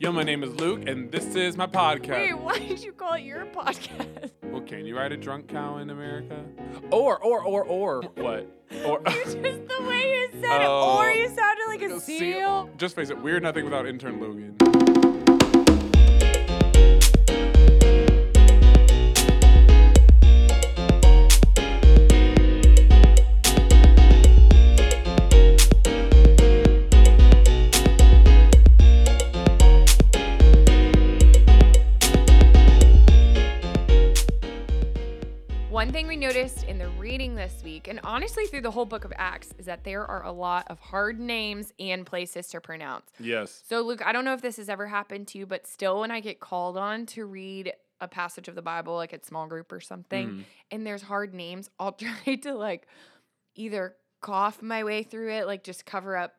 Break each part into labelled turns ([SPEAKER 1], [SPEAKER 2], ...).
[SPEAKER 1] Yo, my name is Luke, and this is my podcast.
[SPEAKER 2] Wait, why did you call it your podcast?
[SPEAKER 1] Well, can you ride a drunk cow in America?
[SPEAKER 3] Or, or, or, or.
[SPEAKER 1] What? Or
[SPEAKER 2] You just the way you said
[SPEAKER 1] Oh.
[SPEAKER 2] it, or you sounded like a seal.
[SPEAKER 1] Just face it, we're nothing without intern Logan.
[SPEAKER 2] One thing we noticed in the reading this week, and honestly through the whole book of Acts, is that there are a lot of hard names and places to pronounce.
[SPEAKER 1] Yes.
[SPEAKER 2] So, Luke, I don't know if this has ever happened to you, but still, when I get called on to read a passage of the Bible, like at small group or something,
[SPEAKER 1] Mhm.
[SPEAKER 2] and there's hard names, I'll try to like either cough my way through it, like just cover up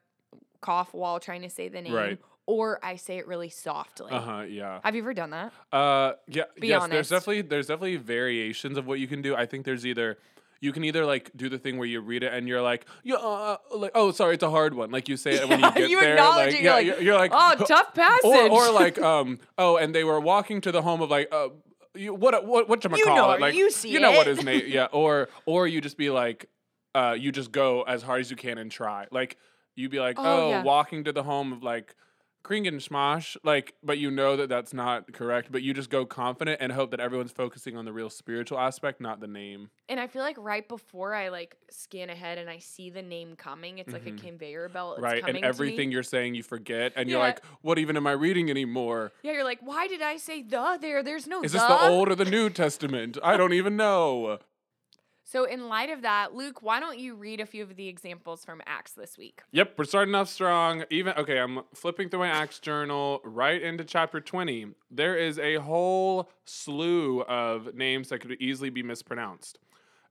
[SPEAKER 2] cough while trying to say the name,
[SPEAKER 1] Right.
[SPEAKER 2] or I say it really softly.
[SPEAKER 1] Uh huh. Yeah.
[SPEAKER 2] Have you ever done that?
[SPEAKER 1] Uh. Yeah.
[SPEAKER 2] Be
[SPEAKER 1] yes. There's
[SPEAKER 2] honest.
[SPEAKER 1] definitely there's definitely variations of what you can do. I think there's either you can either like do the thing where you read it and you're like, yeah, uh, uh, like oh sorry, it's a hard one. Like you say it when you
[SPEAKER 2] Yeah,
[SPEAKER 1] get
[SPEAKER 2] you
[SPEAKER 1] there.
[SPEAKER 2] acknowledge
[SPEAKER 1] like,
[SPEAKER 2] it,
[SPEAKER 1] yeah,
[SPEAKER 2] you're like,
[SPEAKER 1] you're, you're like
[SPEAKER 2] Oh, tough passage.
[SPEAKER 1] or, or like um oh and they were walking to the home of like uh you, what what what
[SPEAKER 2] You know
[SPEAKER 1] it
[SPEAKER 2] it,
[SPEAKER 1] like
[SPEAKER 2] you see
[SPEAKER 1] you know what
[SPEAKER 2] it.
[SPEAKER 1] his name yeah or or you just be like uh you just go as hard as you can and try like you be like
[SPEAKER 2] Oh,
[SPEAKER 1] oh,
[SPEAKER 2] yeah.
[SPEAKER 1] walking to the home of like Kringen Schmosh, like, but you know that that's not correct, but you just go confident and hope that everyone's focusing on the real spiritual aspect, not the name.
[SPEAKER 2] And I feel like right before I like scan ahead and I see the name coming, it's like
[SPEAKER 1] Mhm.
[SPEAKER 2] a conveyor belt. It's
[SPEAKER 1] right.
[SPEAKER 2] coming
[SPEAKER 1] And
[SPEAKER 2] to me.
[SPEAKER 1] everything you're saying you forget, and you're
[SPEAKER 2] Yeah.
[SPEAKER 1] like, what even am I reading anymore?
[SPEAKER 2] Yeah, you're like, why did I say the there? There's no
[SPEAKER 1] Is
[SPEAKER 2] the.
[SPEAKER 1] this the Old or the New Testament? I don't even know.
[SPEAKER 2] So, in light of that, Luke, why don't you read a few of the examples from Acts this week?
[SPEAKER 1] Yep, we're starting off strong. Even okay, I'm flipping through my Acts journal right into chapter 20. There is a whole slew of names that could easily be mispronounced.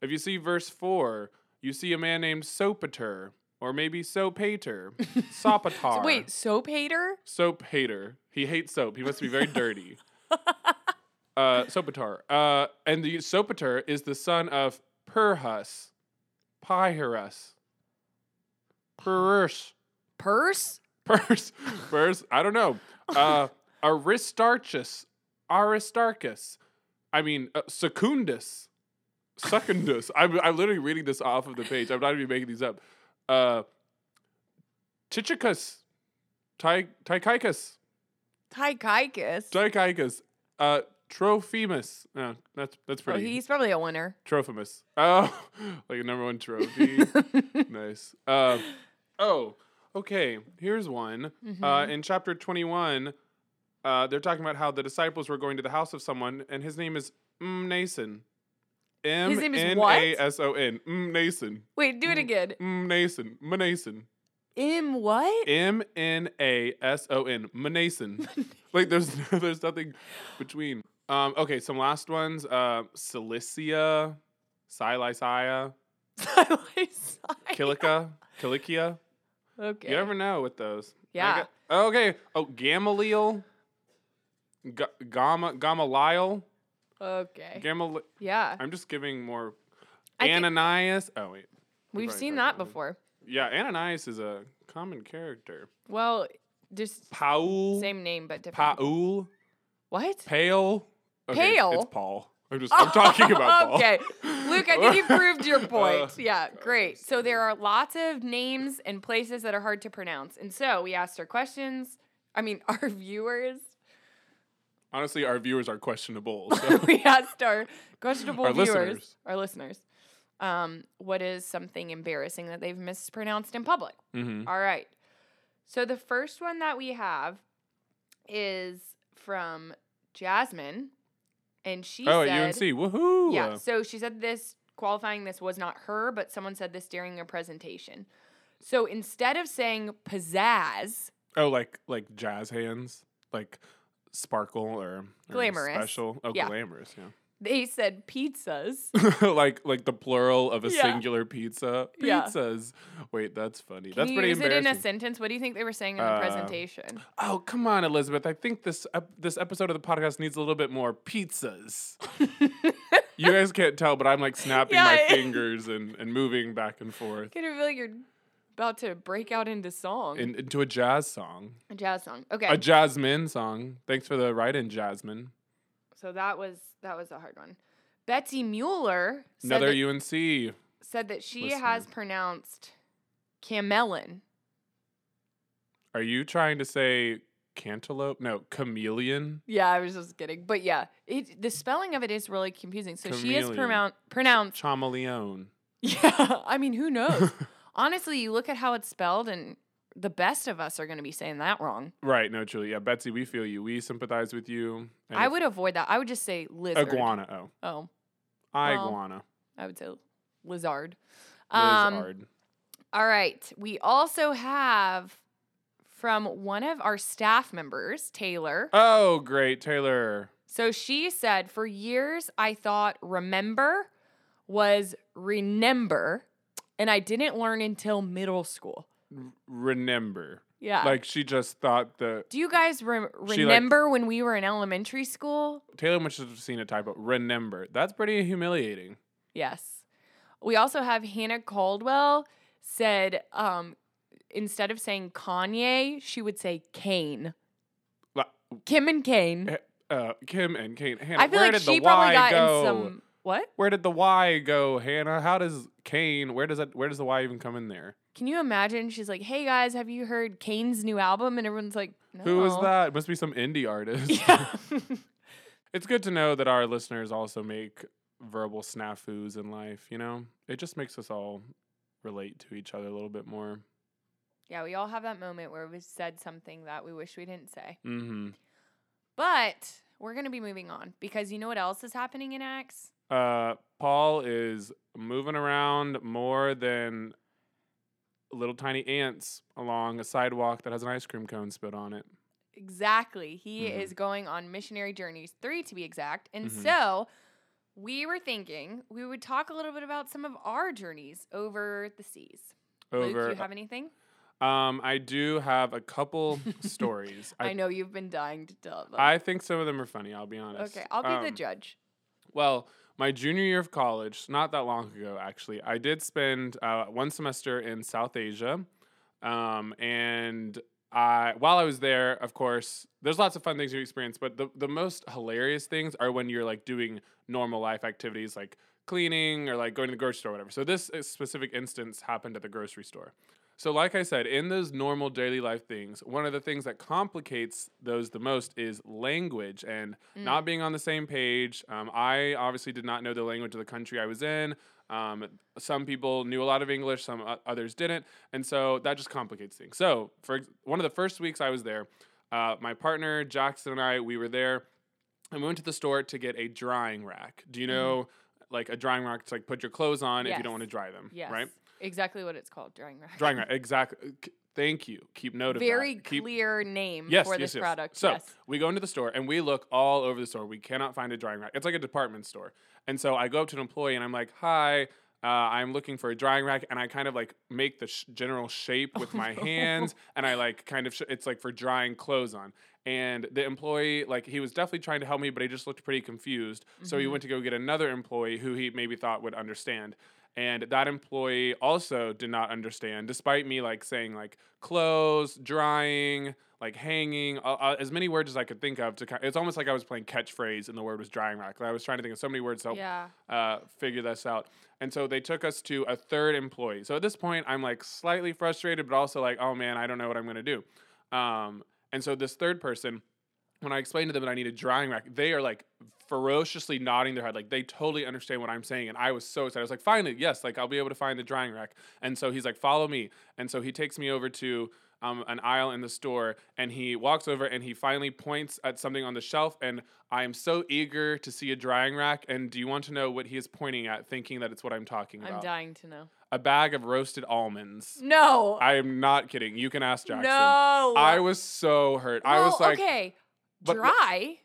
[SPEAKER 1] If you see verse 4, you see a man named Sopater, or maybe Sopater, Sopatar.
[SPEAKER 2] So, wait, soap hater?
[SPEAKER 1] Soap hater. He hates soap. He must be very dirty. uh, Sopater. Uh, and the Sopater is the son of Perhus, Pyrus, Perus,
[SPEAKER 2] Purse?
[SPEAKER 1] Pers, Pers. I don't know. Uh, Aristarchus, Aristarchus. I mean, uh, Secundus, Secundus. I'm, I'm literally reading this off of the page. I'm not even making these up. Uh, Tychicus, Ty, Tychicus.
[SPEAKER 2] Tychicus.
[SPEAKER 1] Dicicus, uh, Trophimus. No, that's that's
[SPEAKER 2] Oh,
[SPEAKER 1] pretty.
[SPEAKER 2] he's probably a winner.
[SPEAKER 1] Trophimus. Oh, like a number one trophy.
[SPEAKER 2] Mm-hmm.
[SPEAKER 1] nice. Uh, oh, okay. Here's one.
[SPEAKER 2] Hmm.
[SPEAKER 1] Uh,
[SPEAKER 2] Mm-hmm.
[SPEAKER 1] in chapter 21, uh, they're talking about how the disciples were going to the house of someone, and his name is Mnason. M
[SPEAKER 2] name is
[SPEAKER 1] N
[SPEAKER 2] what?
[SPEAKER 1] A S O N. Mnason.
[SPEAKER 2] Wait,
[SPEAKER 1] mm.
[SPEAKER 2] do it again.
[SPEAKER 1] Mnason. Mnason.
[SPEAKER 2] M what?
[SPEAKER 1] M N A S O N. Manason. like there's there's nothing between. Um, okay, some last ones. Uh, Cilicia, Cilicia, Kilica, Kilikia.
[SPEAKER 2] okay.
[SPEAKER 1] You never know with those. I
[SPEAKER 2] Yeah.
[SPEAKER 1] got- okay. Oh, Gamaliel, G- Gama, Gamaliel,
[SPEAKER 2] okay.
[SPEAKER 1] Gamal.
[SPEAKER 2] Yeah.
[SPEAKER 1] I'm just giving more.
[SPEAKER 2] Eh. I thi-
[SPEAKER 1] Ananias. oh wait.
[SPEAKER 2] We've
[SPEAKER 1] probably
[SPEAKER 2] seen
[SPEAKER 1] tried
[SPEAKER 2] that
[SPEAKER 1] that one.
[SPEAKER 2] before.
[SPEAKER 1] Yeah, Ananias is a common character.
[SPEAKER 2] Well, just
[SPEAKER 1] Paul.
[SPEAKER 2] same name, but different.
[SPEAKER 1] Paul.
[SPEAKER 2] What?
[SPEAKER 1] Pale. Okay, it's-
[SPEAKER 2] Pale?
[SPEAKER 1] It's Paul. I'm just. I'm talking about Paul.
[SPEAKER 2] okay. Luke, I think you proved your point.
[SPEAKER 1] Uh,
[SPEAKER 2] yeah, great. So there are lots of names and places that are hard to pronounce. And so we asked our questions. I mean, our viewers.
[SPEAKER 1] Honestly, our viewers are questionable. So.
[SPEAKER 2] we asked our questionable
[SPEAKER 1] Our
[SPEAKER 2] viewers,
[SPEAKER 1] listeners.
[SPEAKER 2] our listeners, um, what is something embarrassing that they've mispronounced in public?
[SPEAKER 1] mm-hmm.
[SPEAKER 2] All right. So the first one that we have is from Jasmine, and she
[SPEAKER 1] Oh,
[SPEAKER 2] said,
[SPEAKER 1] at UNC, woohoo!
[SPEAKER 2] Yeah. So she said this qualifying this was not her, but someone said this during a presentation. So instead of saying pizzazz,
[SPEAKER 1] Oh, like like jazz hands, like sparkle or, or
[SPEAKER 2] Glamorous.
[SPEAKER 1] special. Oh,
[SPEAKER 2] Yeah.
[SPEAKER 1] glamorous. Yeah.
[SPEAKER 2] they said pizzas.
[SPEAKER 1] like like the plural of a
[SPEAKER 2] Yeah.
[SPEAKER 1] singular pizza.
[SPEAKER 2] Yeah.
[SPEAKER 1] Pizzas. Wait, that's funny.
[SPEAKER 2] Can
[SPEAKER 1] that's
[SPEAKER 2] you
[SPEAKER 1] pretty
[SPEAKER 2] use it
[SPEAKER 1] embarrassing.
[SPEAKER 2] in a sentence? What do you think they were saying in the
[SPEAKER 1] Uh,
[SPEAKER 2] presentation?
[SPEAKER 1] oh, come on, Elizabeth. I think this ep- this episode of the podcast needs a little bit more pizzas. you guys can't tell, but I'm like snapping my
[SPEAKER 2] Yeah, it-
[SPEAKER 1] fingers and, and moving back and forth.
[SPEAKER 2] Can you feel like you're about to break out into song.
[SPEAKER 1] in, into a jazz song,
[SPEAKER 2] a jazz song. Okay.
[SPEAKER 1] a Jasmine song. Thanks for the write-in, Jasmine.
[SPEAKER 2] so that was that was a hard one. Betsy Mueller said,
[SPEAKER 1] Another
[SPEAKER 2] that,
[SPEAKER 1] UNC.
[SPEAKER 2] said that she
[SPEAKER 1] listener.
[SPEAKER 2] has pronounced Camelon.
[SPEAKER 1] Are you trying to say cantaloupe? No, chameleon.
[SPEAKER 2] Yeah, I was just kidding. But yeah, it, the spelling of it is really confusing. So she is
[SPEAKER 1] Chameleon.
[SPEAKER 2] pronoun- pronounced.
[SPEAKER 1] Chameleon.
[SPEAKER 2] Yeah, I mean, who knows? Honestly, you look at how it's spelled, and the best of us are going to be saying that wrong.
[SPEAKER 1] Right, no, truly. Yeah, Betsy, we feel you. We sympathize with you. And
[SPEAKER 2] I
[SPEAKER 1] if-
[SPEAKER 2] would avoid that. I would just say lizard.
[SPEAKER 1] Iguana. Oh,
[SPEAKER 2] Oh,
[SPEAKER 1] I
[SPEAKER 2] Well,
[SPEAKER 1] iguana.
[SPEAKER 2] I would say lizard. um,
[SPEAKER 1] Lizard.
[SPEAKER 2] All right. We also have from one of our staff members, Taylor.
[SPEAKER 1] Oh, great, Taylor.
[SPEAKER 2] So she said, For years, I thought remember was remember, and I didn't learn until middle school.
[SPEAKER 1] Remember,
[SPEAKER 2] Yeah.
[SPEAKER 1] like she just thought the
[SPEAKER 2] Do you guys rem
[SPEAKER 1] like-
[SPEAKER 2] remember when we were in elementary school?
[SPEAKER 1] Taylor must have seen a typo. Remember, that's pretty humiliating.
[SPEAKER 2] Yes. We also have Hannah Caldwell said, um, instead of saying Kanye, she would say Kane.
[SPEAKER 1] La-
[SPEAKER 2] Kim and Kane.
[SPEAKER 1] Uh, Kim and Kate. Hannah,
[SPEAKER 2] I feel
[SPEAKER 1] where
[SPEAKER 2] like
[SPEAKER 1] did
[SPEAKER 2] she
[SPEAKER 1] the Y
[SPEAKER 2] probably got
[SPEAKER 1] go?
[SPEAKER 2] in some. What?
[SPEAKER 1] Where did the Y go, Hannah? How does Kane? Where does that? Where does the Y even come in there?
[SPEAKER 2] Can you imagine? She's like, "Hey guys, have you heard Kane's new album?" And everyone's like, no.
[SPEAKER 1] Who is that? It must be some indie artist.
[SPEAKER 2] Yeah.
[SPEAKER 1] It's good to know that our listeners also make verbal snafus in life, you know? It just makes us all relate to each other a little bit more.
[SPEAKER 2] yeah, we all have that moment where we said something that we wish we didn't say.
[SPEAKER 1] Mm-hmm.
[SPEAKER 2] But we're gonna be moving on because you know what else is happening in Acts?
[SPEAKER 1] Uh, Paul is moving around more than little tiny ants along a sidewalk that has an ice cream cone spit on it.
[SPEAKER 2] Exactly. He
[SPEAKER 1] Mhm.
[SPEAKER 2] is going on missionary journeys, three to be exact. And
[SPEAKER 1] Mhm.
[SPEAKER 2] so we were thinking we would talk a little bit about some of our journeys over the seas. Luke,
[SPEAKER 1] Over.
[SPEAKER 2] do you have anything?
[SPEAKER 1] um, I do have a couple stories.
[SPEAKER 2] I,
[SPEAKER 1] I,
[SPEAKER 2] know you've been dying to tell them.
[SPEAKER 1] I think some of them are funny, I'll be honest.
[SPEAKER 2] okay, I'll be the
[SPEAKER 1] Um,
[SPEAKER 2] judge.
[SPEAKER 1] Well, my junior year of college, not that long ago, actually, I did spend uh, one semester in South Asia. Um, and I, while I was there, of course, there's lots of fun things you experience, but the, the most hilarious things are when you're like doing normal life activities like cleaning or like going to the grocery store or whatever. So, this uh, specific instance happened at the grocery store. So, like I said, in those normal daily life things, one of the things that complicates those the most is language and
[SPEAKER 2] Mm.
[SPEAKER 1] not being on the same page. Um, I obviously did not know the language of the country I was in. Um, some people knew a lot of English, some o- others didn't. And so that just complicates things. So, for ex- one of the first weeks I was there, uh, my partner Jackson and I, we were there and we went to the store to get a drying rack. Do you
[SPEAKER 2] Mhm.
[SPEAKER 1] know, like a drying rack to like put your clothes on if you
[SPEAKER 2] Yes.
[SPEAKER 1] don't want to dry them,
[SPEAKER 2] Yes.
[SPEAKER 1] right?
[SPEAKER 2] Exactly what it's called, drying rack.
[SPEAKER 1] Drying rack, exactly. C- Thank you. Keep note of
[SPEAKER 2] Very
[SPEAKER 1] that. Keep-
[SPEAKER 2] clear name
[SPEAKER 1] Yes,
[SPEAKER 2] for
[SPEAKER 1] yes,
[SPEAKER 2] this
[SPEAKER 1] yes.
[SPEAKER 2] product.
[SPEAKER 1] So
[SPEAKER 2] yes.
[SPEAKER 1] we go into the store and we look all over the store. We cannot find a drying rack. It's like a department store. And so I go up to an employee and I'm like, "Hi, uh, I'm looking for a drying rack." And I kind of like make the sh- general shape with
[SPEAKER 2] Oh,
[SPEAKER 1] my hands, and I like kind of sh- it's like for drying clothes on. And the employee, like, he was definitely trying to help me, but he just looked pretty confused. So he
[SPEAKER 2] Mhm.
[SPEAKER 1] went to go get another employee who he maybe thought would understand and that employee also did not understand despite me like saying like clothes drying like hanging uh, uh, as many words as i could think of to kind it's almost like i was playing catchphrase and the word was drying rack Like, i was trying to think of so many words to help
[SPEAKER 2] yeah.
[SPEAKER 1] uh, figure this out and so they took us to a third employee so at this point i'm like slightly frustrated but also like oh man i don't know what i'm going to do um, and so this third person when i explained to them that i need a drying rack they are like ferociously nodding their head like they totally understand what i'm saying and i was so excited i was like finally yes like i'll be able to find the drying rack and so he's like follow me and so he takes me over to um, an aisle in the store and he walks over and he finally points at something on the shelf and i am so eager to see a drying rack and do you want to know what he is pointing at thinking that it's what i'm talking
[SPEAKER 2] I'm
[SPEAKER 1] about
[SPEAKER 2] dying to know.
[SPEAKER 1] a bag of roasted almonds
[SPEAKER 2] No.
[SPEAKER 1] i am not kidding you can ask jackson
[SPEAKER 2] No.
[SPEAKER 1] I was so hurt. I was
[SPEAKER 2] Well,
[SPEAKER 1] like
[SPEAKER 2] okay,
[SPEAKER 1] but-
[SPEAKER 2] dry.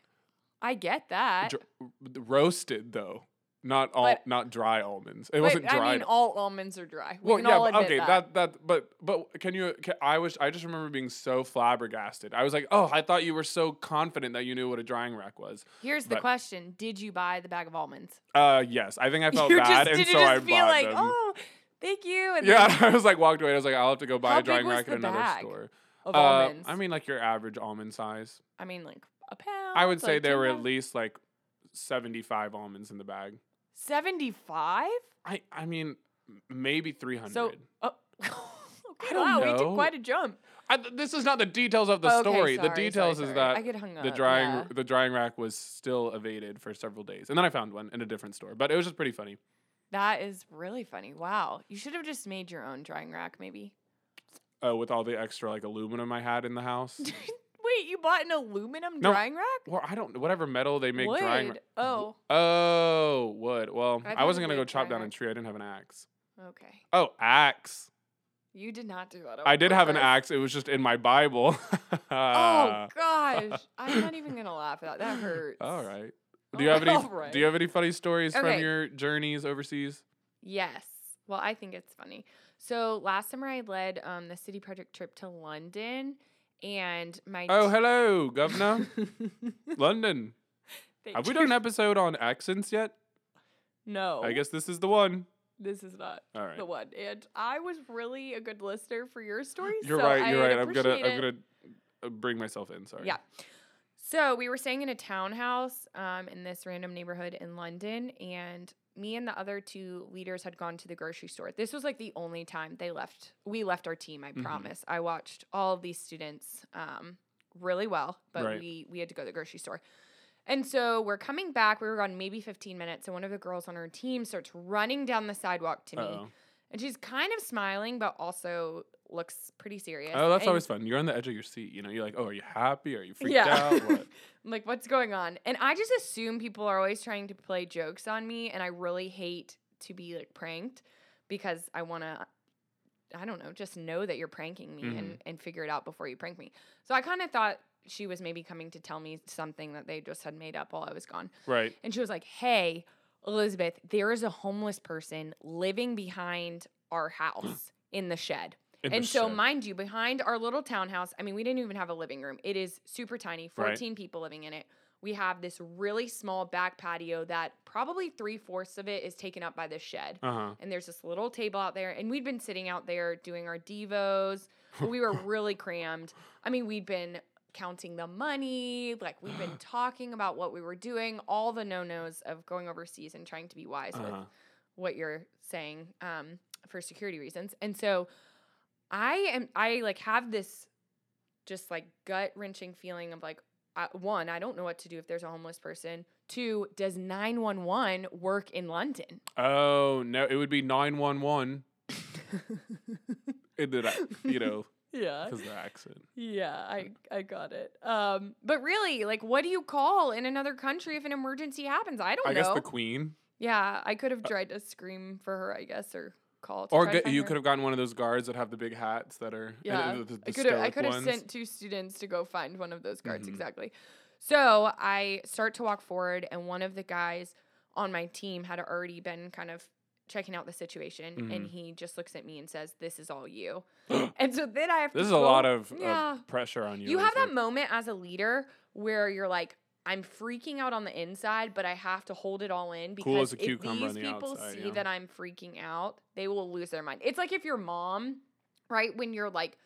[SPEAKER 2] I get that.
[SPEAKER 1] dr- roasted though, not all,
[SPEAKER 2] But-
[SPEAKER 1] not dry almonds. It
[SPEAKER 2] But,
[SPEAKER 1] wasn't dry.
[SPEAKER 2] I mean, all almonds are dry. We
[SPEAKER 1] well,
[SPEAKER 2] can
[SPEAKER 1] yeah,
[SPEAKER 2] all
[SPEAKER 1] but-
[SPEAKER 2] admit
[SPEAKER 1] okay,
[SPEAKER 2] that.
[SPEAKER 1] that. that but but can you? Can, I was I just remember being so flabbergasted. I was like, oh, I thought you were so confident that you knew what a drying rack was.
[SPEAKER 2] Here's the
[SPEAKER 1] but-
[SPEAKER 2] question: Did you buy the bag of almonds?
[SPEAKER 1] Uh, yes, I think I felt
[SPEAKER 2] you
[SPEAKER 1] bad,
[SPEAKER 2] just
[SPEAKER 1] and
[SPEAKER 2] did
[SPEAKER 1] so
[SPEAKER 2] you
[SPEAKER 1] I
[SPEAKER 2] just
[SPEAKER 1] bought
[SPEAKER 2] feel like,
[SPEAKER 1] them.
[SPEAKER 2] oh, thank you. And
[SPEAKER 1] Yeah,
[SPEAKER 2] then
[SPEAKER 1] I was like walked away. I was like, I'll have to go buy
[SPEAKER 2] How
[SPEAKER 1] a drying
[SPEAKER 2] big was
[SPEAKER 1] rack at
[SPEAKER 2] the
[SPEAKER 1] another
[SPEAKER 2] bag
[SPEAKER 1] store.
[SPEAKER 2] of
[SPEAKER 1] Uh,
[SPEAKER 2] almonds. Oh,
[SPEAKER 1] I mean, like your average almond size.
[SPEAKER 2] I mean, like a pound.
[SPEAKER 1] I would say
[SPEAKER 2] like
[SPEAKER 1] there
[SPEAKER 2] two
[SPEAKER 1] were at
[SPEAKER 2] pounds.
[SPEAKER 1] least like seventy-five almonds in the bag.
[SPEAKER 2] 75?
[SPEAKER 1] I I mean, m- maybe three hundred.
[SPEAKER 2] So, oh, okay,
[SPEAKER 1] don't
[SPEAKER 2] wow, we
[SPEAKER 1] know.
[SPEAKER 2] took quite a jump.
[SPEAKER 1] I, th- this is not the details of the
[SPEAKER 2] Okay,
[SPEAKER 1] story. the
[SPEAKER 2] sorry, sorry,
[SPEAKER 1] details
[SPEAKER 2] sorry.
[SPEAKER 1] is that
[SPEAKER 2] I get hung up.
[SPEAKER 1] the drying
[SPEAKER 2] yeah.
[SPEAKER 1] the drying rack was still evaded for several days, and then I found one in a different store. But it was just pretty funny.
[SPEAKER 2] That is really funny. Wow. You should have just made your own drying rack, maybe.
[SPEAKER 1] Uh, with all the extra like aluminum I had in the house.
[SPEAKER 2] Wait, you bought an aluminum
[SPEAKER 1] No.
[SPEAKER 2] drying rack?
[SPEAKER 1] well, I don't whatever metal they make drying.
[SPEAKER 2] Wood.
[SPEAKER 1] ra-
[SPEAKER 2] oh,
[SPEAKER 1] Oh, wood. Well,
[SPEAKER 2] I
[SPEAKER 1] I,
[SPEAKER 2] thought
[SPEAKER 1] wasn't
[SPEAKER 2] it
[SPEAKER 1] gonna go
[SPEAKER 2] was
[SPEAKER 1] chop
[SPEAKER 2] drying
[SPEAKER 1] down a
[SPEAKER 2] rack.
[SPEAKER 1] tree. I didn't have an axe.
[SPEAKER 2] okay.
[SPEAKER 1] Oh, axe.
[SPEAKER 2] You did not do that. on
[SPEAKER 1] I did have an
[SPEAKER 2] purpose.
[SPEAKER 1] axe. It was just in my Bible.
[SPEAKER 2] Oh gosh, I'm not even gonna laugh at that. That hurts.
[SPEAKER 1] All right. Do you have any?
[SPEAKER 2] All right.
[SPEAKER 1] Do you have any funny stories from
[SPEAKER 2] Okay.
[SPEAKER 1] your journeys overseas?
[SPEAKER 2] Yes. Well, I think it's funny. So last summer I led um, the city project trip to London, and my
[SPEAKER 1] Oh,
[SPEAKER 2] t-
[SPEAKER 1] hello, Governor. London.
[SPEAKER 2] Thank
[SPEAKER 1] Have we
[SPEAKER 2] you.
[SPEAKER 1] done an episode on accents yet?
[SPEAKER 2] No,
[SPEAKER 1] I guess this is the one.
[SPEAKER 2] this is not
[SPEAKER 1] All right.
[SPEAKER 2] the one. And I was really a good listener for your story.
[SPEAKER 1] You're
[SPEAKER 2] so
[SPEAKER 1] right.
[SPEAKER 2] I
[SPEAKER 1] You're
[SPEAKER 2] had
[SPEAKER 1] right. I'm gonna.
[SPEAKER 2] appreciate
[SPEAKER 1] I'm
[SPEAKER 2] it.
[SPEAKER 1] gonna uh, bring myself in. Sorry.
[SPEAKER 2] Yeah. So we were staying in a townhouse um, in this random neighborhood in London, and me and the other two leaders had gone to the grocery store. This was like the only time they left. We left our team. I
[SPEAKER 1] Mhm.
[SPEAKER 2] promise. I watched all of these students um, really well, but
[SPEAKER 1] Right.
[SPEAKER 2] we we had to go to the grocery store. And so we're coming back. We were gone maybe 15 minutes, and one of the girls on our team starts running down the sidewalk to me,
[SPEAKER 1] Uh-oh.
[SPEAKER 2] and she's kind of smiling, but also looks pretty serious.
[SPEAKER 1] Oh, that's
[SPEAKER 2] And-
[SPEAKER 1] always fun. You're on the edge of your seat. You know, you're like, oh, are you happy? Are you freaked
[SPEAKER 2] Yeah.
[SPEAKER 1] out? What?
[SPEAKER 2] I'm like, what's going on? And I just assume people are always trying to play jokes on me, and I really hate to be like pranked because I want to, I don't know, just know that you're pranking me and, and figure it out before you prank me. So I kind of thought she was maybe coming to tell me something that they just had made up while I was gone.
[SPEAKER 1] Right.
[SPEAKER 2] And she was like, hey, Elizabeth, there is a homeless person living behind our house in the shed.
[SPEAKER 1] In the
[SPEAKER 2] And so,
[SPEAKER 1] shed.
[SPEAKER 2] mind you, behind our little townhouse, I mean, we didn't even have a living room. It is super tiny,
[SPEAKER 1] Right.
[SPEAKER 2] 14 people living in it. We have this really small back patio that probably three fourths of it is taken up by this shed.
[SPEAKER 1] Uh huh.
[SPEAKER 2] And there's this little table out there, and we'd been sitting out there doing our devos. but we were really crammed. I mean, we'd been counting the money, like we've been talking about what we were doing, all the no nos of going overseas and trying to be wise with
[SPEAKER 1] Uh-huh.
[SPEAKER 2] what you're saying um, for security reasons. And so I am, I like have this just like gut wrenching feeling of like, I, one, I don't know what to do if there's a homeless person. Two, does 911 work in London?
[SPEAKER 1] Oh no, it would be nine one one. You know,
[SPEAKER 2] Yeah.
[SPEAKER 1] because the accent.
[SPEAKER 2] Yeah, I, I got it. Um, but really, like, what do you call in another country if an emergency happens? I don't
[SPEAKER 1] I
[SPEAKER 2] know.
[SPEAKER 1] guess the queen.
[SPEAKER 2] yeah, I could have tried to scream for her, I guess, or call. To
[SPEAKER 1] Or
[SPEAKER 2] try to
[SPEAKER 1] get,
[SPEAKER 2] find
[SPEAKER 1] you
[SPEAKER 2] her.
[SPEAKER 1] could have gotten one of those guards that have the big hats that are. and, uh,
[SPEAKER 2] Yeah,
[SPEAKER 1] the- the-
[SPEAKER 2] I
[SPEAKER 1] the
[SPEAKER 2] could have. I
[SPEAKER 1] stoic
[SPEAKER 2] could have
[SPEAKER 1] ones.
[SPEAKER 2] sent two students to go find one of those guards
[SPEAKER 1] Mhm.
[SPEAKER 2] exactly. So I start to walk forward, and one of the guys on my team had already been kind of checking out the situation, and
[SPEAKER 1] Mhm.
[SPEAKER 2] he just looks at me and says, "This is all you." and so then I have.
[SPEAKER 1] This
[SPEAKER 2] to
[SPEAKER 1] is a
[SPEAKER 2] go-
[SPEAKER 1] lot of, of
[SPEAKER 2] Yeah.
[SPEAKER 1] pressure on you.
[SPEAKER 2] You have
[SPEAKER 1] isn't
[SPEAKER 2] that
[SPEAKER 1] it?
[SPEAKER 2] moment as a leader where you're like, I'm freaking out on the inside, but I have to hold it all in because
[SPEAKER 1] Cool as a
[SPEAKER 2] if
[SPEAKER 1] cucumber
[SPEAKER 2] these
[SPEAKER 1] on the
[SPEAKER 2] people
[SPEAKER 1] outside,
[SPEAKER 2] see
[SPEAKER 1] yeah.
[SPEAKER 2] that I'm freaking out, they will lose their mind. It's like if your mom, right, when you're like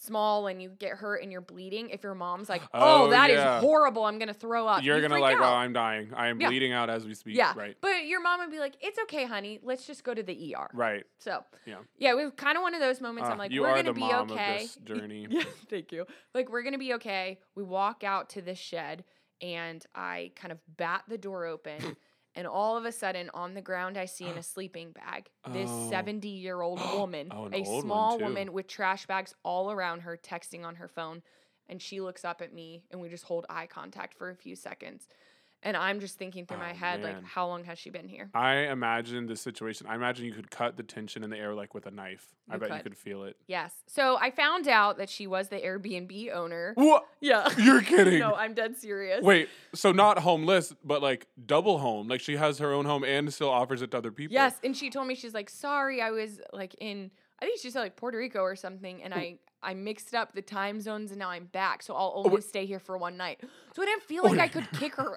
[SPEAKER 2] small and you get hurt and you're bleeding, if your mom's like, "Oh,
[SPEAKER 1] Oh,
[SPEAKER 2] that is
[SPEAKER 1] yeah.
[SPEAKER 2] horrible. I'm gonna throw up."
[SPEAKER 1] You're
[SPEAKER 2] you
[SPEAKER 1] gonna
[SPEAKER 2] freak
[SPEAKER 1] like,
[SPEAKER 2] out.
[SPEAKER 1] oh, I'm dying. I am
[SPEAKER 2] Yeah.
[SPEAKER 1] bleeding out as we speak.
[SPEAKER 2] yeah,
[SPEAKER 1] Right.
[SPEAKER 2] But your mom would be like, "It's okay, honey. Let's just go to the ER."
[SPEAKER 1] Right.
[SPEAKER 2] So
[SPEAKER 1] Yeah.
[SPEAKER 2] yeah, it was kind of one of those moments.
[SPEAKER 1] Ah,
[SPEAKER 2] I'm like,
[SPEAKER 1] you
[SPEAKER 2] we're
[SPEAKER 1] are
[SPEAKER 2] gonna
[SPEAKER 1] the
[SPEAKER 2] be
[SPEAKER 1] mom
[SPEAKER 2] okay.
[SPEAKER 1] of this journey.
[SPEAKER 2] Yeah, thank you. Like, we're going to be okay. We walk out to this shed and I kind of bat the door open. and all of a sudden, on the ground, I see in a sleeping bag this
[SPEAKER 1] Oh.
[SPEAKER 2] 70 year old woman,
[SPEAKER 1] Oh, an
[SPEAKER 2] a
[SPEAKER 1] old one,
[SPEAKER 2] small
[SPEAKER 1] too.
[SPEAKER 2] woman with trash bags all around her, texting on her phone. And she looks up at me and we just hold eye contact for a few seconds. And I'm just thinking through my
[SPEAKER 1] Oh,
[SPEAKER 2] head, like,
[SPEAKER 1] man.
[SPEAKER 2] how long has she been here?
[SPEAKER 1] I imagine the situation. I imagine you could cut the tension in the air like with a knife. I
[SPEAKER 2] You
[SPEAKER 1] bet you
[SPEAKER 2] could.
[SPEAKER 1] could feel it.
[SPEAKER 2] Yes. So I found out that she was the Airbnb owner.
[SPEAKER 1] What?
[SPEAKER 2] Yeah.
[SPEAKER 1] You're kidding.
[SPEAKER 2] no, I'm dead serious.
[SPEAKER 1] Wait, so not homeless, but like double home. Like she has her own home and still offers it to other people.
[SPEAKER 2] Yes, and she told me she's like, sorry, I was like in, I think she said like Puerto Rico or something, and I I mixed up the time zones, and now I'm back, so
[SPEAKER 1] Oh,
[SPEAKER 2] I'll only stay here for one night. So I didn't feel like I could kick her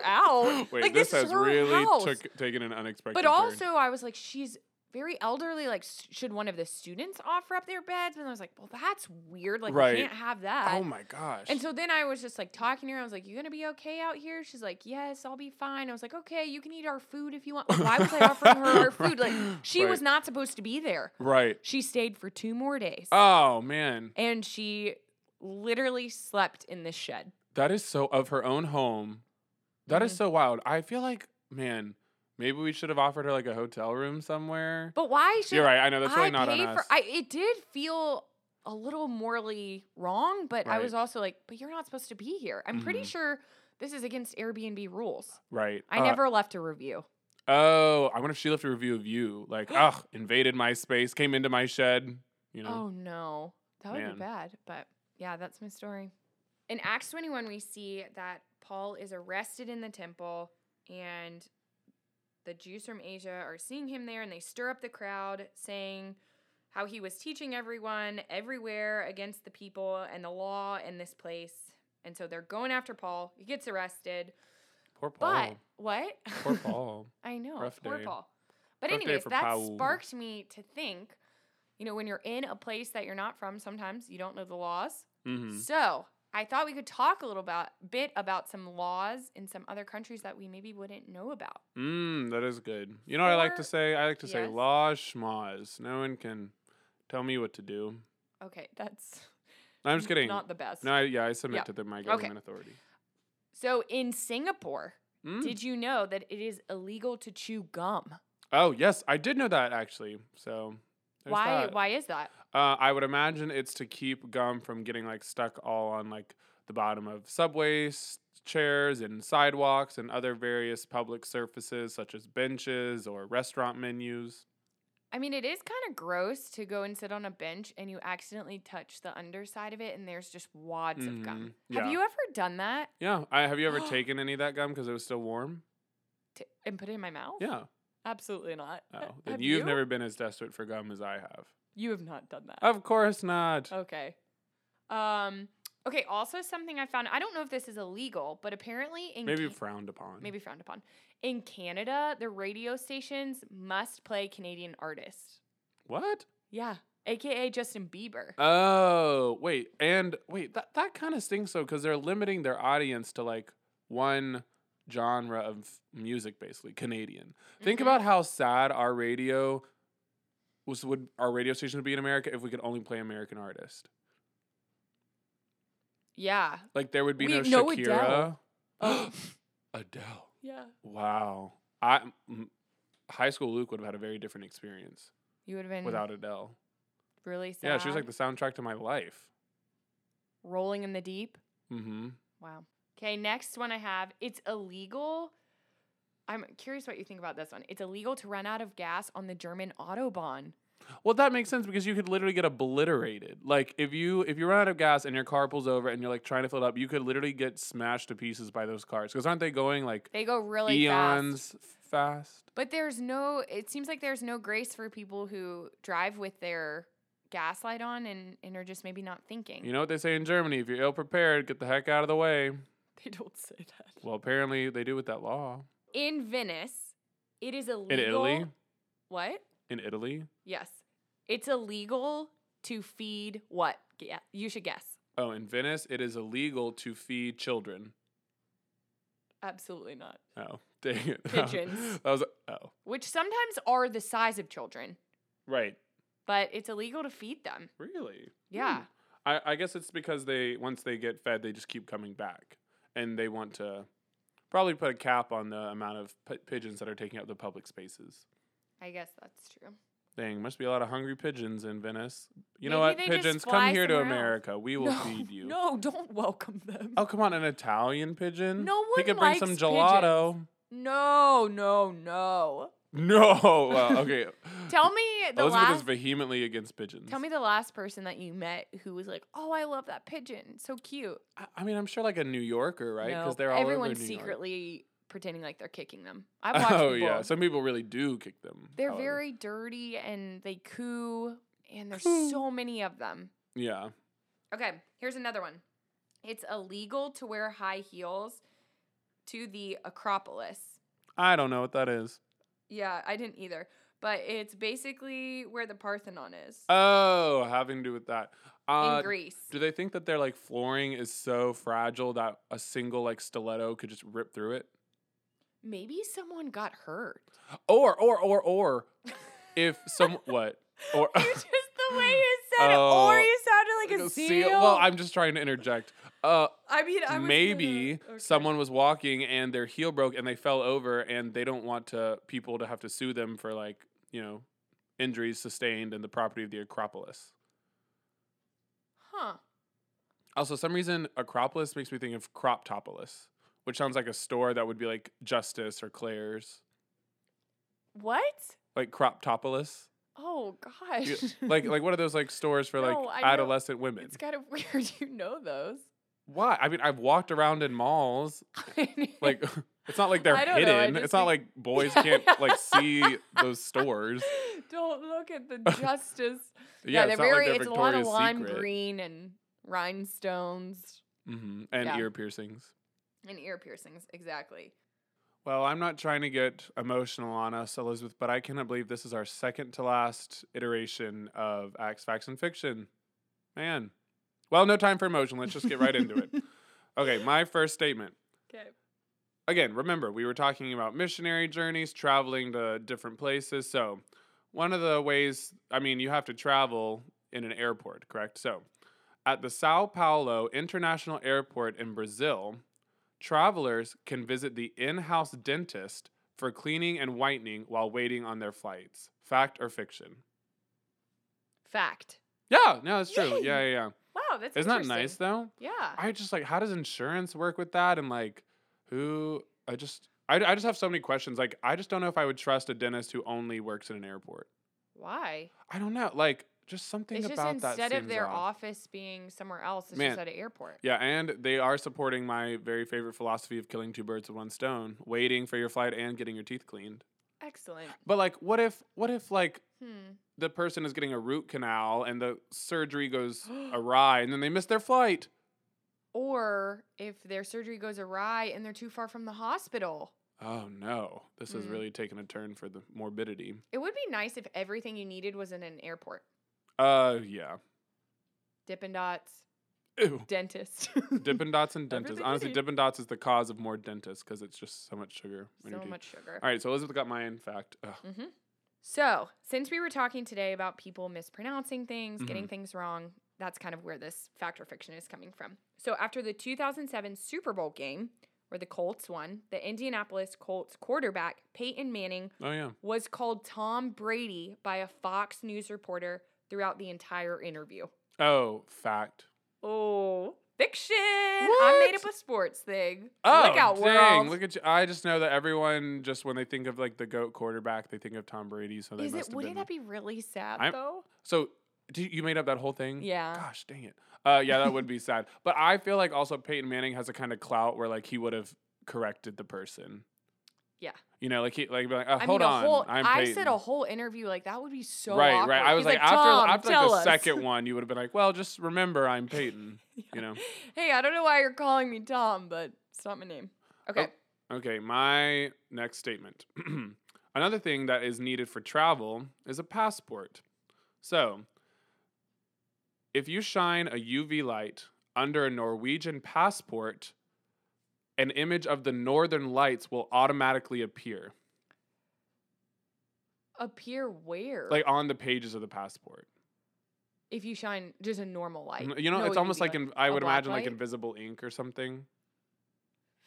[SPEAKER 2] out.
[SPEAKER 1] Wait,
[SPEAKER 2] Oh, like
[SPEAKER 1] this,
[SPEAKER 2] is
[SPEAKER 1] has
[SPEAKER 2] her
[SPEAKER 1] really
[SPEAKER 2] house.
[SPEAKER 1] took, taken an unexpected
[SPEAKER 2] But
[SPEAKER 1] turn.
[SPEAKER 2] also, I was like, she's very elderly, like, s- should one of the students offer up their beds? And I was like, well, that's weird. Like,
[SPEAKER 1] Right.
[SPEAKER 2] we can't have that.
[SPEAKER 1] oh my gosh.
[SPEAKER 2] And so then I was just like talking to her. I was like, "You gonna be okay out here?" She's like, "Yes, I'll be fine." I was like, "Okay, you can eat our food if you want." Like, why was I offering her our food? Like, she
[SPEAKER 1] Right.
[SPEAKER 2] was not supposed to be there.
[SPEAKER 1] right.
[SPEAKER 2] She stayed for two more days,
[SPEAKER 1] Oh man,
[SPEAKER 2] and she literally slept in this shed.
[SPEAKER 1] that is so of her own home. That
[SPEAKER 2] Mm-hmm.
[SPEAKER 1] is so wild. I feel like man, maybe we should have offered her like a hotel room somewhere.
[SPEAKER 2] But why should
[SPEAKER 1] You're right. I know that's really
[SPEAKER 2] I
[SPEAKER 1] not on
[SPEAKER 2] pay
[SPEAKER 1] us.
[SPEAKER 2] for? I it did feel a little morally wrong, but I
[SPEAKER 1] Right.
[SPEAKER 2] was also like, "But you're not supposed to be here." I'm pretty
[SPEAKER 1] Mhm.
[SPEAKER 2] sure this is against Airbnb rules.
[SPEAKER 1] right.
[SPEAKER 2] I
[SPEAKER 1] Uh,
[SPEAKER 2] never left a review.
[SPEAKER 1] Oh, I wonder if she left a review of you. Like, ugh, invaded my space, came into my shed. You know.
[SPEAKER 2] Oh no, that would
[SPEAKER 1] Man.
[SPEAKER 2] be bad. But yeah, that's my story. In Acts 21, we see that Paul is arrested in the temple, and the Jews from Asia are seeing him there, and they stir up the crowd, saying how he was teaching everyone everywhere against the people and the law in this place. And so they're going after Paul. He gets arrested.
[SPEAKER 1] Poor Paul.
[SPEAKER 2] But what?
[SPEAKER 1] Poor Paul.
[SPEAKER 2] I know.
[SPEAKER 1] Rough
[SPEAKER 2] poor
[SPEAKER 1] day.
[SPEAKER 2] Paul. But
[SPEAKER 1] Rough day
[SPEAKER 2] anyways,
[SPEAKER 1] for
[SPEAKER 2] that
[SPEAKER 1] Paul.
[SPEAKER 2] sparked me to think, you know, when you're in a place that you're not from, sometimes you don't know the laws.
[SPEAKER 1] hmm
[SPEAKER 2] So I thought we could talk a little about, bit about some laws in some other countries that we maybe wouldn't know about.
[SPEAKER 1] Mm, that is good. You know what I like
[SPEAKER 2] Or-
[SPEAKER 1] to say? I like to say
[SPEAKER 2] Yes.
[SPEAKER 1] law schmaws. No one can tell me what to do.
[SPEAKER 2] Okay, that's
[SPEAKER 1] No, I'm just kidding.
[SPEAKER 2] not the best.
[SPEAKER 1] no, I, yeah, I submit
[SPEAKER 2] Yeah.
[SPEAKER 1] to the, my government authority.
[SPEAKER 2] so in Singapore,
[SPEAKER 1] Mm.
[SPEAKER 2] did you know that it is illegal to chew gum?
[SPEAKER 1] oh, yes, I did know that actually. So there's
[SPEAKER 2] Why
[SPEAKER 1] that.
[SPEAKER 2] why is that?
[SPEAKER 1] Uh, I would imagine it's to keep gum from getting like stuck all on like the bottom of subways, chairs, and sidewalks, and other various public surfaces such as benches or restaurant menus.
[SPEAKER 2] I mean, it is kind of gross to go and sit on a bench and you accidentally touch the underside of it and there's just wads of gum.
[SPEAKER 1] Mhm, yeah.
[SPEAKER 2] Have you ever done that
[SPEAKER 1] Yeah, I, have you ever taken any of that gum because it was still warm?
[SPEAKER 2] to, and put it in my mouth?
[SPEAKER 1] Yeah.
[SPEAKER 2] Absolutely not.
[SPEAKER 1] Oh,
[SPEAKER 2] Ha-
[SPEAKER 1] then
[SPEAKER 2] Uh, have
[SPEAKER 1] you've
[SPEAKER 2] you?
[SPEAKER 1] never been as desperate for gum as I have.
[SPEAKER 2] You have not done that.
[SPEAKER 1] Of course not.
[SPEAKER 2] Okay. Um. Okay. Also, something I found. I don't know if this is illegal, but apparently in
[SPEAKER 1] Maybe
[SPEAKER 2] Ca-
[SPEAKER 1] frowned upon.
[SPEAKER 2] maybe frowned upon in Canada, the radio stations must play Canadian artists.
[SPEAKER 1] What?
[SPEAKER 2] Yeah, aka Justin Bieber.
[SPEAKER 1] Uh, Oh, wait. And wait, that, that kind of stinks though, because they're limiting their audience to like one genre of music, basically Canadian. Think
[SPEAKER 2] Mhm.
[SPEAKER 1] about how sad our radio was, would our radio station would be in America if we could only play American artists.
[SPEAKER 2] Yeah.
[SPEAKER 1] Like there would be
[SPEAKER 2] We
[SPEAKER 1] no
[SPEAKER 2] have no
[SPEAKER 1] Shakira.
[SPEAKER 2] Adele. Oh.
[SPEAKER 1] Adele.
[SPEAKER 2] Yeah.
[SPEAKER 1] Wow. I m- high school Luke would have had a very different experience
[SPEAKER 2] You would have been
[SPEAKER 1] without Adele.
[SPEAKER 2] really sad.
[SPEAKER 1] Yeah, she was like the soundtrack to my life.
[SPEAKER 2] rolling in the deep.
[SPEAKER 1] Mm-hmm.
[SPEAKER 2] Wow. Okay, next one I have. It's illegal. I'm curious what you think about this one. It's illegal to run out of gas on the German autobahn.
[SPEAKER 1] Well, that makes sense because you could literally get obliterated. Like if you if you run out of gas and your car pulls over and you're like trying to fill it up, you could literally get smashed to pieces by those cars. Because aren't they going like
[SPEAKER 2] They go really fast.
[SPEAKER 1] eons fast?
[SPEAKER 2] But there's no it seems like there's no grace for people who drive with their gas light on and, and are just maybe not thinking.
[SPEAKER 1] You know what they say in Germany: if you're ill prepared, get the heck out of the way.
[SPEAKER 2] They don't say that.
[SPEAKER 1] Well, apparently they do with that law
[SPEAKER 2] In Venice, it is illegal.
[SPEAKER 1] in Italy.
[SPEAKER 2] What?
[SPEAKER 1] In Italy.
[SPEAKER 2] Yes. It's illegal to feed what? Yeah, you should guess.
[SPEAKER 1] Oh, in Venice, it is illegal to feed children.
[SPEAKER 2] Absolutely not.
[SPEAKER 1] Oh, dang it.
[SPEAKER 2] Pigeons.
[SPEAKER 1] that was oh
[SPEAKER 2] Which sometimes are the size of children.
[SPEAKER 1] right.
[SPEAKER 2] but it's illegal to feed them.
[SPEAKER 1] Really? Hmm.
[SPEAKER 2] Yeah.
[SPEAKER 1] I, I guess it's because they once they get fed, they just keep coming back, and they want to probably put a cap on the amount of p- pigeons that are taking up the public spaces.
[SPEAKER 2] I guess that's true.
[SPEAKER 1] Dang, must be a lot of hungry pigeons in Venice. You know
[SPEAKER 2] Maybe
[SPEAKER 1] what,
[SPEAKER 2] they just
[SPEAKER 1] pigeons,
[SPEAKER 2] fly
[SPEAKER 1] come here to
[SPEAKER 2] somewhere else.
[SPEAKER 1] America. We will feed you.
[SPEAKER 3] No, don't welcome them.
[SPEAKER 1] Oh, come on, an Italian pigeon.
[SPEAKER 2] No
[SPEAKER 1] He
[SPEAKER 2] one
[SPEAKER 1] could bring some
[SPEAKER 2] likes
[SPEAKER 1] gelato.
[SPEAKER 2] No, no, no.
[SPEAKER 1] No. Well, okay.
[SPEAKER 2] Tell me the
[SPEAKER 1] Elizabeth is
[SPEAKER 2] last.
[SPEAKER 1] vehemently against pigeons.
[SPEAKER 2] Tell me the last person that you met who was like, "Oh, I love that pigeon. So cute."
[SPEAKER 1] I, I mean, I'm sure like a New Yorker, right? Because
[SPEAKER 2] No,
[SPEAKER 1] they're all
[SPEAKER 2] everyone's
[SPEAKER 1] over New York.
[SPEAKER 2] secretly pretending like they're kicking them. I've watched
[SPEAKER 1] oh
[SPEAKER 2] people.
[SPEAKER 1] yeah, Oh, some people really do kick them.
[SPEAKER 2] they're
[SPEAKER 1] however.
[SPEAKER 2] very dirty and they coo, and there's
[SPEAKER 1] Coo.
[SPEAKER 2] so many of them.
[SPEAKER 1] yeah.
[SPEAKER 2] Okay, here's another one. It's illegal to wear high heels to the Acropolis.
[SPEAKER 1] I don't know what that is.
[SPEAKER 2] Yeah, I didn't either. but it's basically where the Parthenon is
[SPEAKER 1] Oh, having to do with that. Uh,
[SPEAKER 2] in Greece.
[SPEAKER 1] do they think that their like flooring is so fragile that a single like stiletto could just rip through it?
[SPEAKER 2] Maybe someone got hurt.
[SPEAKER 1] Or or or or if some what or
[SPEAKER 2] It was just the way you said it, or
[SPEAKER 1] Oh,
[SPEAKER 2] you sounded like a seal.
[SPEAKER 1] Well, I'm just trying to interject. Uh,
[SPEAKER 2] I mean, I was
[SPEAKER 1] maybe
[SPEAKER 2] gonna- okay.
[SPEAKER 1] someone was walking and their heel broke and they fell over and they don't want to people to have to sue them for like you know injuries sustained in the property of the Acropolis.
[SPEAKER 2] Huh?
[SPEAKER 1] Also, some reason Acropolis makes me think of Croptopolis, which sounds like a store that would be like Justice or Claire's,
[SPEAKER 2] What?
[SPEAKER 1] like Croptopolis.
[SPEAKER 2] Oh gosh.
[SPEAKER 1] You- like like one of those like stores for like
[SPEAKER 2] No, I know.
[SPEAKER 1] adolescent women.
[SPEAKER 2] it's kind of weird. You know those.
[SPEAKER 1] Why? I mean, I've walked around in malls. Like it's not like they're
[SPEAKER 2] I don't know, I
[SPEAKER 1] hidden.
[SPEAKER 2] just
[SPEAKER 1] It's not
[SPEAKER 2] think-
[SPEAKER 1] like boys
[SPEAKER 2] Yeah,
[SPEAKER 1] can't
[SPEAKER 2] yeah.
[SPEAKER 1] like see those stores.
[SPEAKER 2] Don't look at the justice.
[SPEAKER 1] Yeah,
[SPEAKER 2] they're
[SPEAKER 1] it's not
[SPEAKER 2] very.
[SPEAKER 1] like they're
[SPEAKER 2] it's a lot of
[SPEAKER 1] Victoria's
[SPEAKER 2] lime
[SPEAKER 1] Secret.
[SPEAKER 2] green and rhinestones
[SPEAKER 1] hmm And
[SPEAKER 2] Yeah.
[SPEAKER 1] ear piercings.
[SPEAKER 2] and ear piercings. Exactly.
[SPEAKER 1] Well, I'm not trying to get emotional on us, Elizabeth, but I cannot believe this is our second to last iteration of Acts, Facts, and Fiction. Man. Well, no time for emotion. Let's just get right into it. Okay, my first statement.
[SPEAKER 2] Okay.
[SPEAKER 1] again, remember, we were talking about missionary journeys, traveling to different places. So, one of the ways, I mean, you have to travel in an airport, correct? So, at the Sao Paulo International Airport in Brazil, travelers can visit the in house dentist for cleaning and whitening while waiting on their flights. Fact or fiction?
[SPEAKER 2] Fact.
[SPEAKER 1] Yeah, no, that's true.
[SPEAKER 2] Yay.
[SPEAKER 1] Yeah, yeah, yeah.
[SPEAKER 2] Wow, that's
[SPEAKER 1] Isn't that
[SPEAKER 2] interesting.
[SPEAKER 1] nice though?
[SPEAKER 2] Yeah.
[SPEAKER 1] I just like how does insurance work with that and like who I just I, I just have so many questions like I just don't know if I would trust a dentist who only works in an airport.
[SPEAKER 2] Why?
[SPEAKER 1] I don't know like just something
[SPEAKER 2] It's just
[SPEAKER 1] about that
[SPEAKER 2] instead of
[SPEAKER 1] seems
[SPEAKER 2] their
[SPEAKER 1] off.
[SPEAKER 2] office being somewhere else, it's
[SPEAKER 1] Man.
[SPEAKER 2] just at an airport.
[SPEAKER 1] Yeah, and they are supporting my very favorite philosophy of killing two birds with one stone, waiting for your flight and getting your teeth cleaned.
[SPEAKER 2] Excellent.
[SPEAKER 1] But like what if what if like
[SPEAKER 2] Hmm.
[SPEAKER 1] the person is getting a root canal and the surgery goes
[SPEAKER 2] Hmm.
[SPEAKER 1] awry and then they miss their flight?
[SPEAKER 2] Or if their surgery goes awry and they're too far from the hospital.
[SPEAKER 1] Oh no. This is
[SPEAKER 2] Mm.
[SPEAKER 1] really taking a turn for the morbidity.
[SPEAKER 2] It would be nice if everything you needed was in an airport.
[SPEAKER 1] Uh yeah.
[SPEAKER 2] Dippin' Dots,
[SPEAKER 1] Ew.
[SPEAKER 2] dentist.
[SPEAKER 1] Dippin' Dots and dentists.
[SPEAKER 2] Everything you
[SPEAKER 1] Honestly,
[SPEAKER 2] need.
[SPEAKER 1] Dippin' Dots is the cause of more dentists because it's just so much sugar. in your
[SPEAKER 2] so
[SPEAKER 1] teeth.
[SPEAKER 2] much sugar.
[SPEAKER 1] All right, so Elizabeth got mine. Fact. Ugh.
[SPEAKER 2] hmm So, since we were talking today about people mispronouncing things,
[SPEAKER 1] Mm-hmm.
[SPEAKER 2] getting things wrong, that's kind of where this fact or fiction is coming from. So, after the 2007 Super Bowl game, where the Colts won, the Indianapolis Colts quarterback, Peyton Manning,
[SPEAKER 1] Oh yeah.
[SPEAKER 2] was called Tom Brady by a Fox News reporter throughout the entire interview.
[SPEAKER 1] Oh, fact.
[SPEAKER 2] Oh, fiction. I made
[SPEAKER 1] What?
[SPEAKER 2] up a sports thing.
[SPEAKER 1] Oh,
[SPEAKER 2] Look out,
[SPEAKER 1] dang!
[SPEAKER 2] world.
[SPEAKER 1] Look at you. I just know that everyone just when they think of like the goat quarterback, they think of Tom Brady. So they
[SPEAKER 2] Is
[SPEAKER 1] must
[SPEAKER 2] it?
[SPEAKER 1] have
[SPEAKER 2] Wouldn't
[SPEAKER 1] been.
[SPEAKER 2] that be really sad
[SPEAKER 1] I'm-
[SPEAKER 2] though?
[SPEAKER 1] so do you you made up that whole thing?
[SPEAKER 2] Yeah.
[SPEAKER 1] Gosh, dang it. Uh, yeah, that would be sad. But I feel like also Peyton Manning has a kind of clout where like he would have corrected the person.
[SPEAKER 2] Yeah.
[SPEAKER 1] You know, like he like be like, uh,
[SPEAKER 2] I
[SPEAKER 1] hold
[SPEAKER 2] mean,
[SPEAKER 1] on,
[SPEAKER 2] a whole,
[SPEAKER 1] I'm
[SPEAKER 2] I
[SPEAKER 1] Peyton.
[SPEAKER 2] said a whole interview like that would be so
[SPEAKER 1] right,
[SPEAKER 2] awkward.
[SPEAKER 1] right. I was
[SPEAKER 2] He's
[SPEAKER 1] like, after
[SPEAKER 2] Tom,
[SPEAKER 1] after like
[SPEAKER 2] tell
[SPEAKER 1] the
[SPEAKER 2] us."
[SPEAKER 1] second one, you would have been like, well, just remember I'm Peyton. You know.
[SPEAKER 2] Hey, I don't know why you're calling me Tom, but it's not my name. Okay.
[SPEAKER 1] Okay, my next statement. Another thing that is needed for travel is a passport. So, if you shine a UV light under a Norwegian passport, an image of the northern lights will automatically appear,
[SPEAKER 2] Appear where?
[SPEAKER 1] Oh. like on the pages of the passport.
[SPEAKER 2] if you shine just a normal light.
[SPEAKER 1] You know,
[SPEAKER 2] No, it
[SPEAKER 1] it's
[SPEAKER 2] would
[SPEAKER 1] almost
[SPEAKER 2] be
[SPEAKER 1] like in, I
[SPEAKER 2] a
[SPEAKER 1] would
[SPEAKER 2] black
[SPEAKER 1] imagine like
[SPEAKER 2] light?
[SPEAKER 1] invisible ink or something.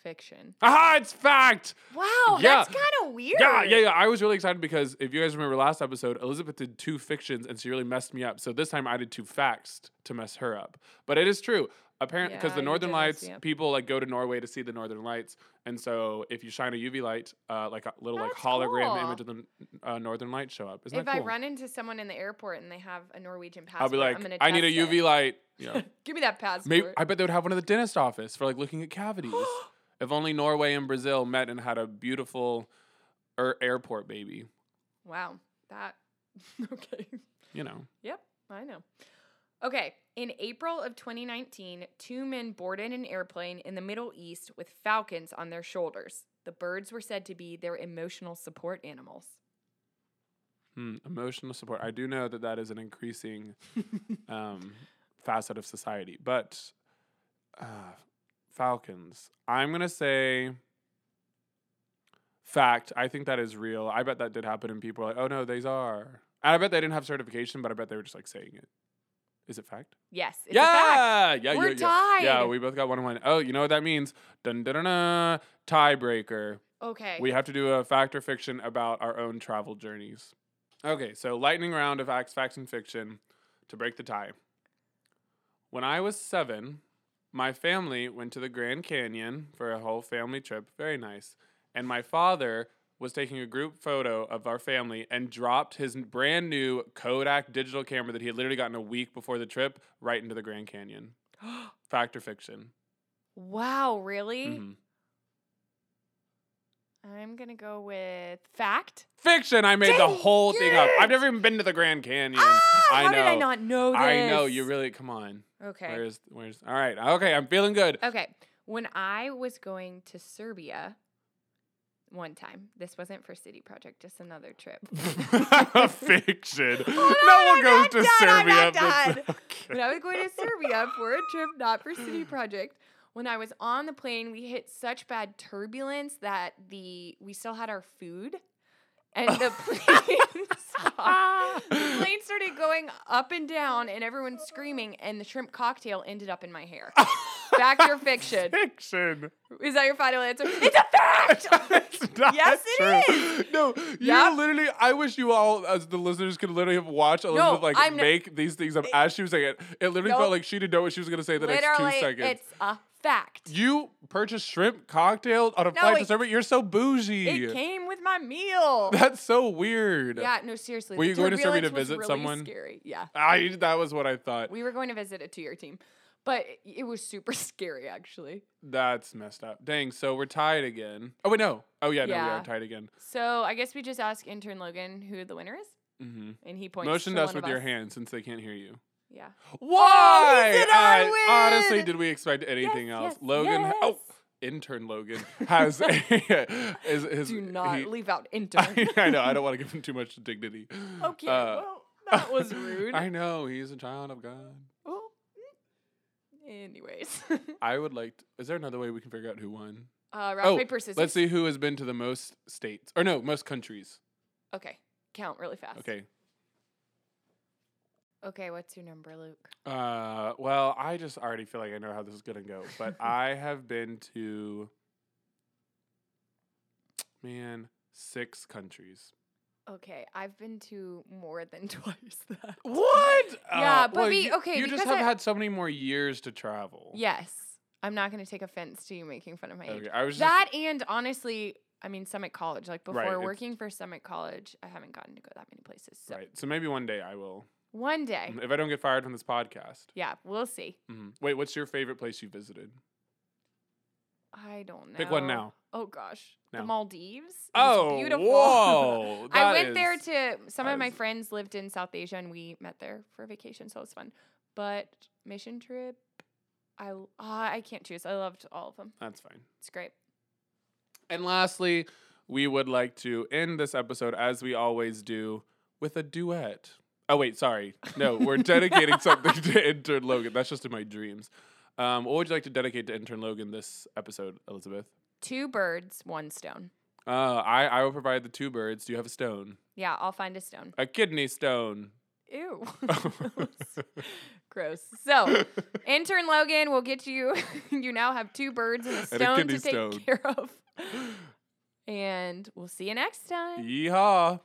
[SPEAKER 2] fiction.
[SPEAKER 1] Aha, it's fact.
[SPEAKER 2] Wow,
[SPEAKER 1] Yeah.
[SPEAKER 2] that's kind of weird.
[SPEAKER 1] Yeah, yeah, yeah. I was really excited because if you guys remember last episode, Elizabeth did two fictions and she really messed me up. So this time I did two facts to mess her up. But it is true. Apparently, because
[SPEAKER 2] Yeah,
[SPEAKER 1] the
[SPEAKER 2] you
[SPEAKER 1] Northern
[SPEAKER 2] did mess
[SPEAKER 1] Lights,
[SPEAKER 2] me up.
[SPEAKER 1] people like go to Norway to see the Northern Lights, and so if you shine a UV light, uh, like a little like
[SPEAKER 2] That's
[SPEAKER 1] hologram
[SPEAKER 2] cool.
[SPEAKER 1] image of the n- uh, Northern Lights show up. Isn't
[SPEAKER 2] If
[SPEAKER 1] that
[SPEAKER 2] I
[SPEAKER 1] cool?
[SPEAKER 2] run into someone in the airport and they have a Norwegian passport,
[SPEAKER 1] I'll be
[SPEAKER 2] I'm
[SPEAKER 1] like,
[SPEAKER 2] gonna
[SPEAKER 1] I need a
[SPEAKER 2] test
[SPEAKER 1] UV
[SPEAKER 2] it.
[SPEAKER 1] light. Yeah.
[SPEAKER 2] Give me that passport.
[SPEAKER 1] Maybe I bet they would have one in the dentist office for like looking at cavities. if only Norway and Brazil met and had a beautiful er- airport baby.
[SPEAKER 2] wow, that okay.
[SPEAKER 1] You know.
[SPEAKER 2] Yep, I know. Okay, in April of 2019, two men boarded an airplane in the Middle East with falcons on their shoulders. The birds were said to be their emotional support animals.
[SPEAKER 1] Hmm, emotional support. I do know that that is an increasing um, facet of society, but uh, Falcons. I'm gonna say fact. I think that is real. I bet that did happen, and people are like, "Oh no, these are." And I bet they didn't have certification, but I bet they were just like saying it. Is it fact?
[SPEAKER 2] Yes. It's a fact.
[SPEAKER 1] yeah, yeah,
[SPEAKER 2] We're
[SPEAKER 1] yeah, yeah. Yeah,
[SPEAKER 2] tied.
[SPEAKER 1] we both got one and one. Oh, you know what that means? Dun dun dun. dun tiebreaker.
[SPEAKER 2] Okay.
[SPEAKER 1] We have to do a fact or fiction about our own travel journeys. Okay, so lightning round of facts, facts, and fiction to break the tie. When I was seven, my family went to the Grand Canyon for a whole family trip. Very nice. And my father was taking a group photo of our family and dropped his n- brand new Kodak digital camera that he had literally gotten a week before the trip right into the Grand Canyon. Fact or fiction?
[SPEAKER 2] wow, really?
[SPEAKER 1] Mhm.
[SPEAKER 2] I'm going to go with fact.
[SPEAKER 1] Fiction. I made the
[SPEAKER 2] Dang
[SPEAKER 1] whole thing up. I've
[SPEAKER 2] it!
[SPEAKER 1] never even been to the Grand Canyon.
[SPEAKER 2] Ah,
[SPEAKER 1] I
[SPEAKER 2] how
[SPEAKER 1] know.
[SPEAKER 2] did I not know this?
[SPEAKER 1] I know you really. Come on.
[SPEAKER 2] Okay.
[SPEAKER 1] Where's where's? All right. Okay. I'm feeling good.
[SPEAKER 2] Okay. When I was going to Serbia one time, this wasn't for City Project, just another trip.
[SPEAKER 1] Fiction.
[SPEAKER 2] Uh, on,
[SPEAKER 1] no one
[SPEAKER 2] I'm
[SPEAKER 1] goes
[SPEAKER 2] not
[SPEAKER 1] to
[SPEAKER 2] done, I'm
[SPEAKER 1] Serbia.
[SPEAKER 2] not
[SPEAKER 1] but-
[SPEAKER 2] done.
[SPEAKER 1] okay.
[SPEAKER 2] when I was going to Serbia for a trip, not for City Project. When I was on the plane, we hit such bad turbulence that the we still had our food, and the plane stopped. The plane started going up and down, and everyone screaming, and the shrimp cocktail ended up in my hair. Fact or fiction?
[SPEAKER 1] Fiction.
[SPEAKER 2] Is that your final answer? It's a fact.
[SPEAKER 1] It's not
[SPEAKER 2] Yes, it
[SPEAKER 1] true. No, you
[SPEAKER 2] Yep.
[SPEAKER 1] literally. I wish you all, as the listeners, could literally have watched Elizabeth like
[SPEAKER 2] I'm n-
[SPEAKER 1] make these things up as she was saying it. It literally felt
[SPEAKER 2] Nope.
[SPEAKER 1] like she didn't know what she was gonna say the next two seconds.
[SPEAKER 2] Literally, it's a fact.
[SPEAKER 1] You purchased shrimp cocktail on a
[SPEAKER 2] No,
[SPEAKER 1] flight to
[SPEAKER 2] it-
[SPEAKER 1] Serbia? You're so bougie.
[SPEAKER 2] it came with my meal.
[SPEAKER 1] That's so weird.
[SPEAKER 2] Yeah, no, seriously.
[SPEAKER 1] Were
[SPEAKER 2] the
[SPEAKER 1] you going to Serbia to
[SPEAKER 2] turbulence was
[SPEAKER 1] visit
[SPEAKER 2] really
[SPEAKER 1] someone?
[SPEAKER 2] Scary. Yeah.
[SPEAKER 1] I, that was what I thought.
[SPEAKER 2] We were going to visit a two year team, but it- it was super scary, actually.
[SPEAKER 1] That's messed up. Dang, so we're tied again. Oh, wait, no. Oh, yeah, no, we
[SPEAKER 2] Yeah.
[SPEAKER 1] are tied again.
[SPEAKER 2] So I guess we just ask intern Logan who the winner is,
[SPEAKER 1] hmm
[SPEAKER 2] and he points.
[SPEAKER 1] Motion
[SPEAKER 2] to
[SPEAKER 1] to us
[SPEAKER 2] one
[SPEAKER 1] with
[SPEAKER 2] of
[SPEAKER 1] your
[SPEAKER 2] us.
[SPEAKER 1] hand since they can't hear you.
[SPEAKER 2] Yeah.
[SPEAKER 1] Why?
[SPEAKER 2] did
[SPEAKER 1] I-
[SPEAKER 2] I
[SPEAKER 1] honestly,
[SPEAKER 2] win!
[SPEAKER 1] did we expect anything
[SPEAKER 2] Yes,
[SPEAKER 1] else?
[SPEAKER 2] yes,
[SPEAKER 1] Logan,
[SPEAKER 2] yes.
[SPEAKER 1] oh, intern Logan has a, is, is
[SPEAKER 2] Do not
[SPEAKER 1] he-
[SPEAKER 2] leave out intern.
[SPEAKER 1] I, I know. I don't want to give him too much dignity.
[SPEAKER 2] okay.
[SPEAKER 1] Uh,
[SPEAKER 2] well, that was rude.
[SPEAKER 1] I know. He's a child of God.
[SPEAKER 2] Well, mm. Anyways,
[SPEAKER 1] I would like. To, is there another way we can figure out who won?
[SPEAKER 2] uh, rock
[SPEAKER 1] Oh,
[SPEAKER 2] paper scissors.
[SPEAKER 1] Let's see who has been to the most states, or no, most countries.
[SPEAKER 2] Okay, count really fast.
[SPEAKER 1] Okay.
[SPEAKER 2] Okay, what's your number, Luke?
[SPEAKER 1] Uh, well, I just already feel like I know how this is gonna go, but I have been to, man, six countries.
[SPEAKER 2] Okay, I've been to more than twice that.
[SPEAKER 1] What?
[SPEAKER 2] Yeah, but
[SPEAKER 1] Uh, well,
[SPEAKER 2] be-
[SPEAKER 1] you-
[SPEAKER 2] okay,
[SPEAKER 1] You just
[SPEAKER 2] because
[SPEAKER 1] have
[SPEAKER 2] I-
[SPEAKER 1] had so many more years to travel.
[SPEAKER 2] Yes, I'm not going to take offense to you making fun of my age.
[SPEAKER 1] Okay, I was just
[SPEAKER 2] That and honestly, I mean Summit College. Like before
[SPEAKER 1] Right, it's-
[SPEAKER 2] working for Summit College, I haven't gotten to go that many places. So
[SPEAKER 1] right. So maybe one day I will,
[SPEAKER 2] one day,
[SPEAKER 1] if I don't get fired from this podcast.
[SPEAKER 2] yeah, we'll see.
[SPEAKER 1] Mhm. Wait, what's your favorite place you visited?
[SPEAKER 2] I don't know.
[SPEAKER 1] Pick one now.
[SPEAKER 2] Oh gosh,
[SPEAKER 1] Now.
[SPEAKER 2] the Maldives. It was
[SPEAKER 1] Oh,
[SPEAKER 2] beautiful.
[SPEAKER 1] whoa!
[SPEAKER 2] I
[SPEAKER 1] that
[SPEAKER 2] went there
[SPEAKER 1] is-
[SPEAKER 2] to some
[SPEAKER 1] that
[SPEAKER 2] of my
[SPEAKER 1] is-
[SPEAKER 2] friends lived in South Asia and we met there for vacation, so it was fun. But mission trip, I l- ah, I can't choose. I loved all of them.
[SPEAKER 1] That's fine.
[SPEAKER 2] It's great.
[SPEAKER 1] And lastly, we would like to end this episode as we always do with a duet. Oh wait, sorry. No, we're dedicating something to intern Logan. That's just in my dreams. Um, what would you like to dedicate to intern Logan this episode, Elizabeth?
[SPEAKER 2] Two birds, one stone.
[SPEAKER 1] Uh, I I will provide the two birds. Do you have a stone?
[SPEAKER 2] Yeah, I'll find a stone.
[SPEAKER 1] A kidney stone.
[SPEAKER 2] Ew. Gross. So, intern Logan will get you. you now have two birds and a
[SPEAKER 1] And a
[SPEAKER 2] stone
[SPEAKER 1] kidney
[SPEAKER 2] to take
[SPEAKER 1] stone.
[SPEAKER 2] care of. And we'll see you next time.
[SPEAKER 1] Yeehaw.